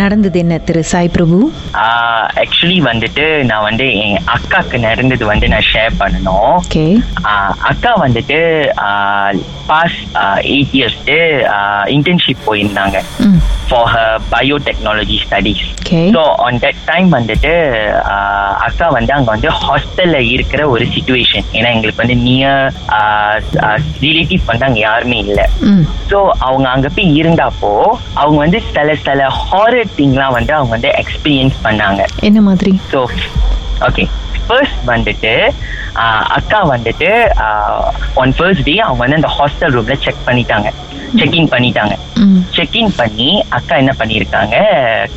நடந்தது என்ன திரு சாய் பிரபு ஆக்சுவலி வந்துட்டு நான் வந்து என் அக்காக்கு நடந்தது வந்து நான் ஷேர் பண்ணணும் ஓகே ஆஹ் அக்கா வந்துட்டு பாஸ் எயிட் இயர்ஸ்க்கு இன்டர்ன்ஷிப் போயிருந்தாங்க ம் for her biotechnology studies Okay. So on that time வந்துட்டு ஆஹ் அக்கா வந்து அங்கே வந்து ஹாஸ்டலில் இருக்கிற ஒரு சுச்சுவேஷன் ஏன்னா எங்களுக்கு வந்து நியர் ரிலேட்டிவ் வந்து அங்கே யாருமே இல்லை ம் ஸோ அவங்க அங்கே போய் இருந்தாப்போ அவங்க வந்து சில சில ஹாரர் திங்லாம் வந்து அவங்க வந்து எக்ஸ்பீரியன்ஸ் பண்ணாங்க என்ன மாதிரி ஸோ ஓகே ஃபர்ஸ்ட் வந்துட்டு ஆஹ், அக்கா வந்துட்டு ஒன் ஃபர்ஸ்ட் டே அவங்க வந்து அந்த ஹாஸ்டல் ரூம்ல செக் பண்ணிட்டாங்க செக்கிங் பண்ணிட்டாங்க ம் செக்கிங் பண்ணி அக்கா என்ன பண்ணியிருக்காங்க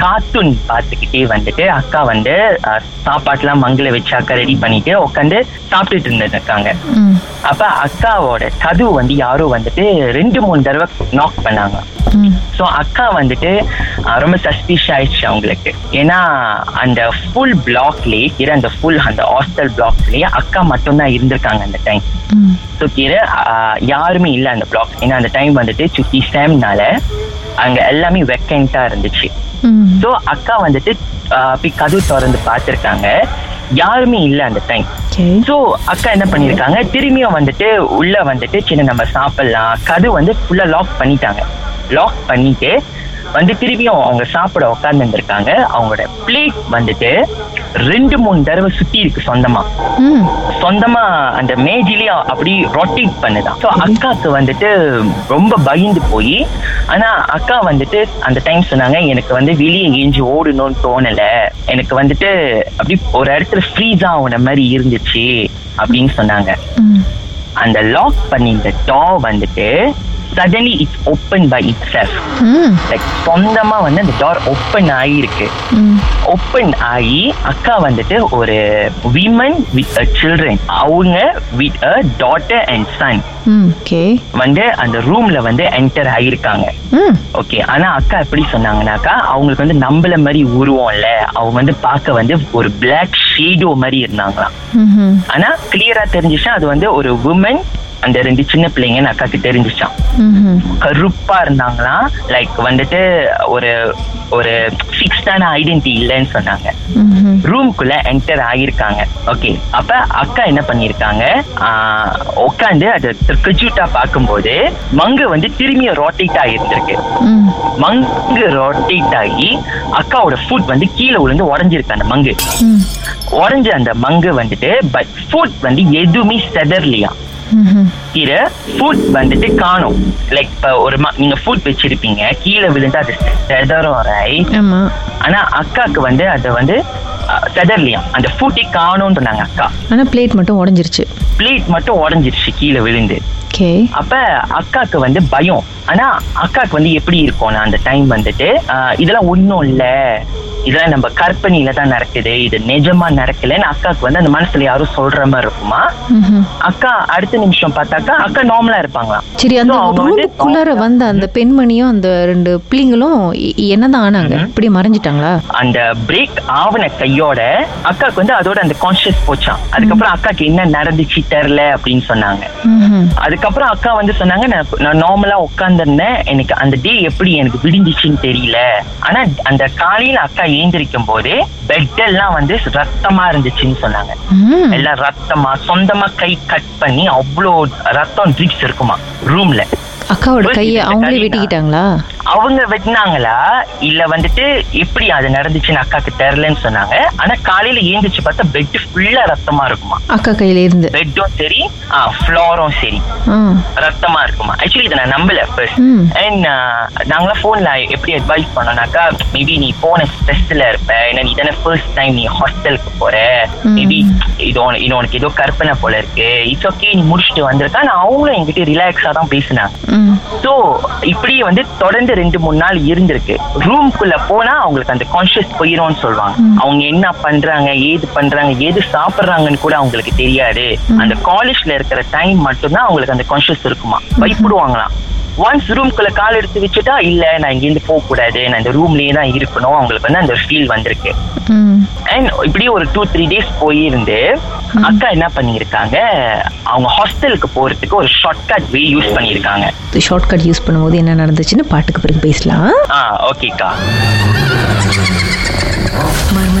கார்ட்டூன் பார்த்துக்கிட்டே வந்துட்டு அக்கா வந்து ஆஹ், சாப்பாட்டுலாம் மங்கள வச்சு அக்கா ரெடி பண்ணிட்டு உட்காந்து சாப்பிட்டுட்டு இருந்திருக்காங்க ம் அப்ப அக்காவோட கதவு வந்து யாரோ வந்துட்டு ரெண்டு மூணு தடவை நாக் பண்ணாங்க ம் ஸோ அக்கா வந்துட்டு அஹ், ரொம்ப சஸ்பிஷ் ஆயிடுச்சு அவங்களுக்கு ஏன்னா அந்த ஃபுல் பிளாக்லேயே கீரை அந்த ஃபுல் அந்த ஹாஸ்டல் பிளாக்லேயே அக்கா மட்டும்தான் இருந்திருக்காங்க அந்த டைம் ம் ஸோ கீரை அஹ், யாருமே இல்லை அந்த பிளாக் ஏன்னா அந்த டைம் வந்துட்டு சுத்தி சேம்னால அங்கே எல்லாமே வெக்கண்டாக இருந்துச்சு ம் ஸோ அக்கா வந்துட்டு அஹ், போய் கதவு திறந்து பார்த்துருக்காங்க யாருமே இல்லை அந்த டைம் ஓகே ஸோ அக்கா என்ன பண்ணியிருக்காங்க திரும்பியும் வந்துட்டு உள்ள வந்துட்டு சின்ன நம்ம சாப்பிடலாம் கது வந்து ஃபுல்லாக லாக் பண்ணிட்டாங்க லாக் பண்ணிட்டு வந்து திரும்பியும் அவங்க சாப்பிட உட்காந்துருக்காங்க அவங்களோட பிளேட் வந்துட்டு ரெண்டு மூணு தடவை சுத்தி இருக்கு சொந்தமா ம் சொந்தமா அந்த மேஜிலே அப்படி ரொட்டேட் பண்ணுதான் ஸோ அக்காவுக்கு வந்துட்டு ரொம்ப பயந்து போய் ஆனா அக்கா வந்துட்டு அந்த டைம் சொன்னாங்க எனக்கு வந்து வெளியே எங்கேஞ்சு ஓடணும்னு தோணல எனக்கு வந்துட்டு அப்படி ஒரு இடத்துல ஃப்ரீஸ் ஆகுன மாதிரி இருந்துச்சு அப்படின்னு சொன்னாங்க ம் அந்த லாக் பண்ணியிருந்த டா வந்துட்டு suddenly it's open by itself ம் லைக் சொந்தமா வந்து அந்த டோர் ஓப்பன் ஆகியிருக்கு ம் ஓப்பன் ஆகி அக்கா வந்துட்டு ஒரு விமன் வித் அ சில்ட்ரன் அவங்க with a daughter and son ம் ஓகே வந்து அந்த ரூம்ல வந்து என்டர் ஆகியிருக்காங்க ம் ஓகே ஆனா அக்கா எப்படி சொன்னாங்கன்னாக்கா அவங்களுக்கு வந்து நம்மள மாதிரி உருவம்ல அவங்க வந்து பார்க்க வந்து ஒரு Black ஷேடோ மாதிரி இருந்தாங்களாம் ம் ஆனா கிளியரா தெரிஞ்சிச்சா அது வந்து ஒரு உமன் அந்த ரெண்டு சின்ன பிள்ளைங்கன்னு அக்காக்கு தெரிஞ்சிச்சான் ம் கருப்பா இருந்தாங்களாம் லைக் வந்துட்டு ஒரு ஒரு ஃபிக்ஸ்டான ஐடென்டிட்டி இல்லைன்னு சொன்னாங்க ம் ரூம்குள்ள என்டர் ஆகியிருக்காங்க ஓகே அப்ப அக்கா என்ன பண்ணியிருக்காங்க ஆஹ், உட்காந்து அதை திருக்கஜூட்டா பார்க்கும்போது மங்கு வந்து திரும்பி ரொட்டேட் ஆகியிருந்திருக்கு ம் மங்கு ரொட்டேட் ஆகி அக்காவோட ஃபுட் வந்து கீழே விழுந்து உடஞ்சிருக்கு அந்த மங்கு ம் உடஞ்ச அந்த மங்கு வந்துட்டு பட் ஃபுட் வந்து எதுவுமே செதறலையா ம் கீரை ஃபுட் வந்துட்டு காணும் லைக் இப்போ ஒரு ம- நீங்க ஃபுட் வச்சிருப்பீங்க கீழே விழுந்தா அது செதறும் ரைட் ஆமாம் ஆனா அக்காக்கு வந்து அதை வந்து செதர்லியாம் அந்த ஃபூட்டி காணும்னு சொன்னாங்க அக்கா ஆனால் பிளேட் மட்டும் உடஞ்சிருச்சு பிளேட் மட்டும் உடஞ்சிருச்சு கீழே விழுந்து ஓகே அப்ப அக்காக்கு வந்து பயம் ஆனா அக்காக்கு வந்து எப்படி இருக்கும்னா அந்த டைம் வந்துட்டு ஆஹ், இதெல்லாம் ஒன்றும் இல்லை இதெல்லாம் நம்ம கற்பனையில தான் நடக்குது இது நிஜமா நடக்கலைன்னு அக்காக்கு வந்து அந்த மனசுல யாரும் சொல்ற மாதிரி இருக்குமா ம் அக்கா அடுத்த நிமிஷம் பார்த்தாக்கா அக்கா நார்மலா இருப்பாங்களாம் சரி அந்த So, அவங்க வந்து ரூமுக்குள்ளார வந்த அந்த பெண்மணியும் அந்த ரெண்டு பிள்ளைங்களும் எ- என்னதான் ஆனாங்க இப்படி மறைஞ்சிட்டாங்களா அந்த பிரேக் ஆவன கையோட அக்காக்கு வந்து அதோட அந்த கான்ஷியஸ் போச்சான் அதுக்கப்புறம் அக்காக்கு என்ன நடந்துச்சு தெரில அப்படின்னு சொன்னாங்க ம்ஹும். அதுக்கப்புறம் அக்கா வந்து சொன்னாங்க நான் நான் நார்மலா உட்காந்துருந்தேன் எனக்கு அந்த டே எப்படி எனக்கு விடிஞ்சிச்சுன்னு தெரியல ஆனா அந்த காலையில அக்கா ஏந்திரிக்கும் போது பெட் எல்லாம் வந்து ரத்தமா இருந்துச்சுன்னு சொன்னாங்க ம். எல்லாம் ரத்தமா சொந்தமா கை கட் பண்ணி அவ்வளோ ரத்தம் ட்ரிப்ஸ் இருக்குமா ரூம்ல அக்காவோட First கையை இந்த அவங்களே கதைனா- வெட்டிக்கிட்டாங்களா அவங்க வெட்டினாங்களா இல்ல வந்துட்டு எப்படி அது நடந்துச்சுன்னு அக்காக்கு தெரிலன்னு சொன்னாங்க ஆனா காலையில ஏந்திரிச்சு பார்த்தா பெட் ஃபுல்லா ரத்தமா இருக்குமா அக்கா கையில இருந்து பெட்டும் சரி ஃப்ளோரும் சரி ஆ. ரத்தமா இருக்குமா ஆக்சுவலி இதை நான் நம்பல ஃபர்ஸ்ட் ம். அண்ட் நாங்களாம் ஃபோன்ல எப்படி அட்வைஸ் பண்ணோம்னாக்கா மேபி நீ போன ஸ்ட்ரெஸ்ல இருப்ப ஏன்னா நீ தானே ஃபர்ஸ்ட் டைம் நீ ஹாஸ்டலுக்கு போற ம். மேபி இது உன- இது உனக்கு ஏதோ கற்பனை போல இருக்கு இட்ஸ் ஓகே நீ முடிச்சுட்டு வந்திருக்கா நான் அவங்களும் என்கிட்ட ரிலாக்ஸா தான் பேசினாங்க ம். ஸோ இப்படியே வந்து தொடர்ந்து ரெண்டு மூணு நாள் இருந்திருக்கு ரூம்குள்ள போனா அவங்களுக்கு அந்த கான்ஷியஸ் போயிரும்னு சொல்லுவாங்க அவங்க என்ன பண்றாங்க ஏது பண்றாங்க ஏது சாப்பிடுறாங்கன்னு கூட அவங்களுக்கு தெரியாது அந்த காலேஜ்ல இருக்கிற டைம் மட்டும்தான் அவங்களுக்கு அந்த கான்ஷியஸ் இருக்குமா பயப்படுவாங்களாம் ஒன்ஸ் ரூம்குள்ள கால் எடுத்து வச்சுட்டா இல்ல நான் இங்கேருந்து போக கூடாது நான் இந்த ரூம்லயே தான் இருக்கணும் அவங்களுக்கு வந்து அந்த ஃபீல் வந்திருக்கு ம் அண்ட் இப்படி ஒரு டூ த்ரீ டேஸ் போயிருந்து அக்கா என்ன பண்ணியிருக்காங்க அவங்க ஹாஸ்டலுக்கு போறதுக்கு ஒரு ஷார்ட் கட் வே யூஸ் பண்ணியிருக்காங்க ஷார்ட்கட் யூஸ் பண்ணும்போது என்ன நடந்துச்சுன்னு பாட்டுக்கு பிறகு பேசலாம் ஆ ஓகேக்கா மர்ம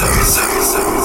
Some, some, some.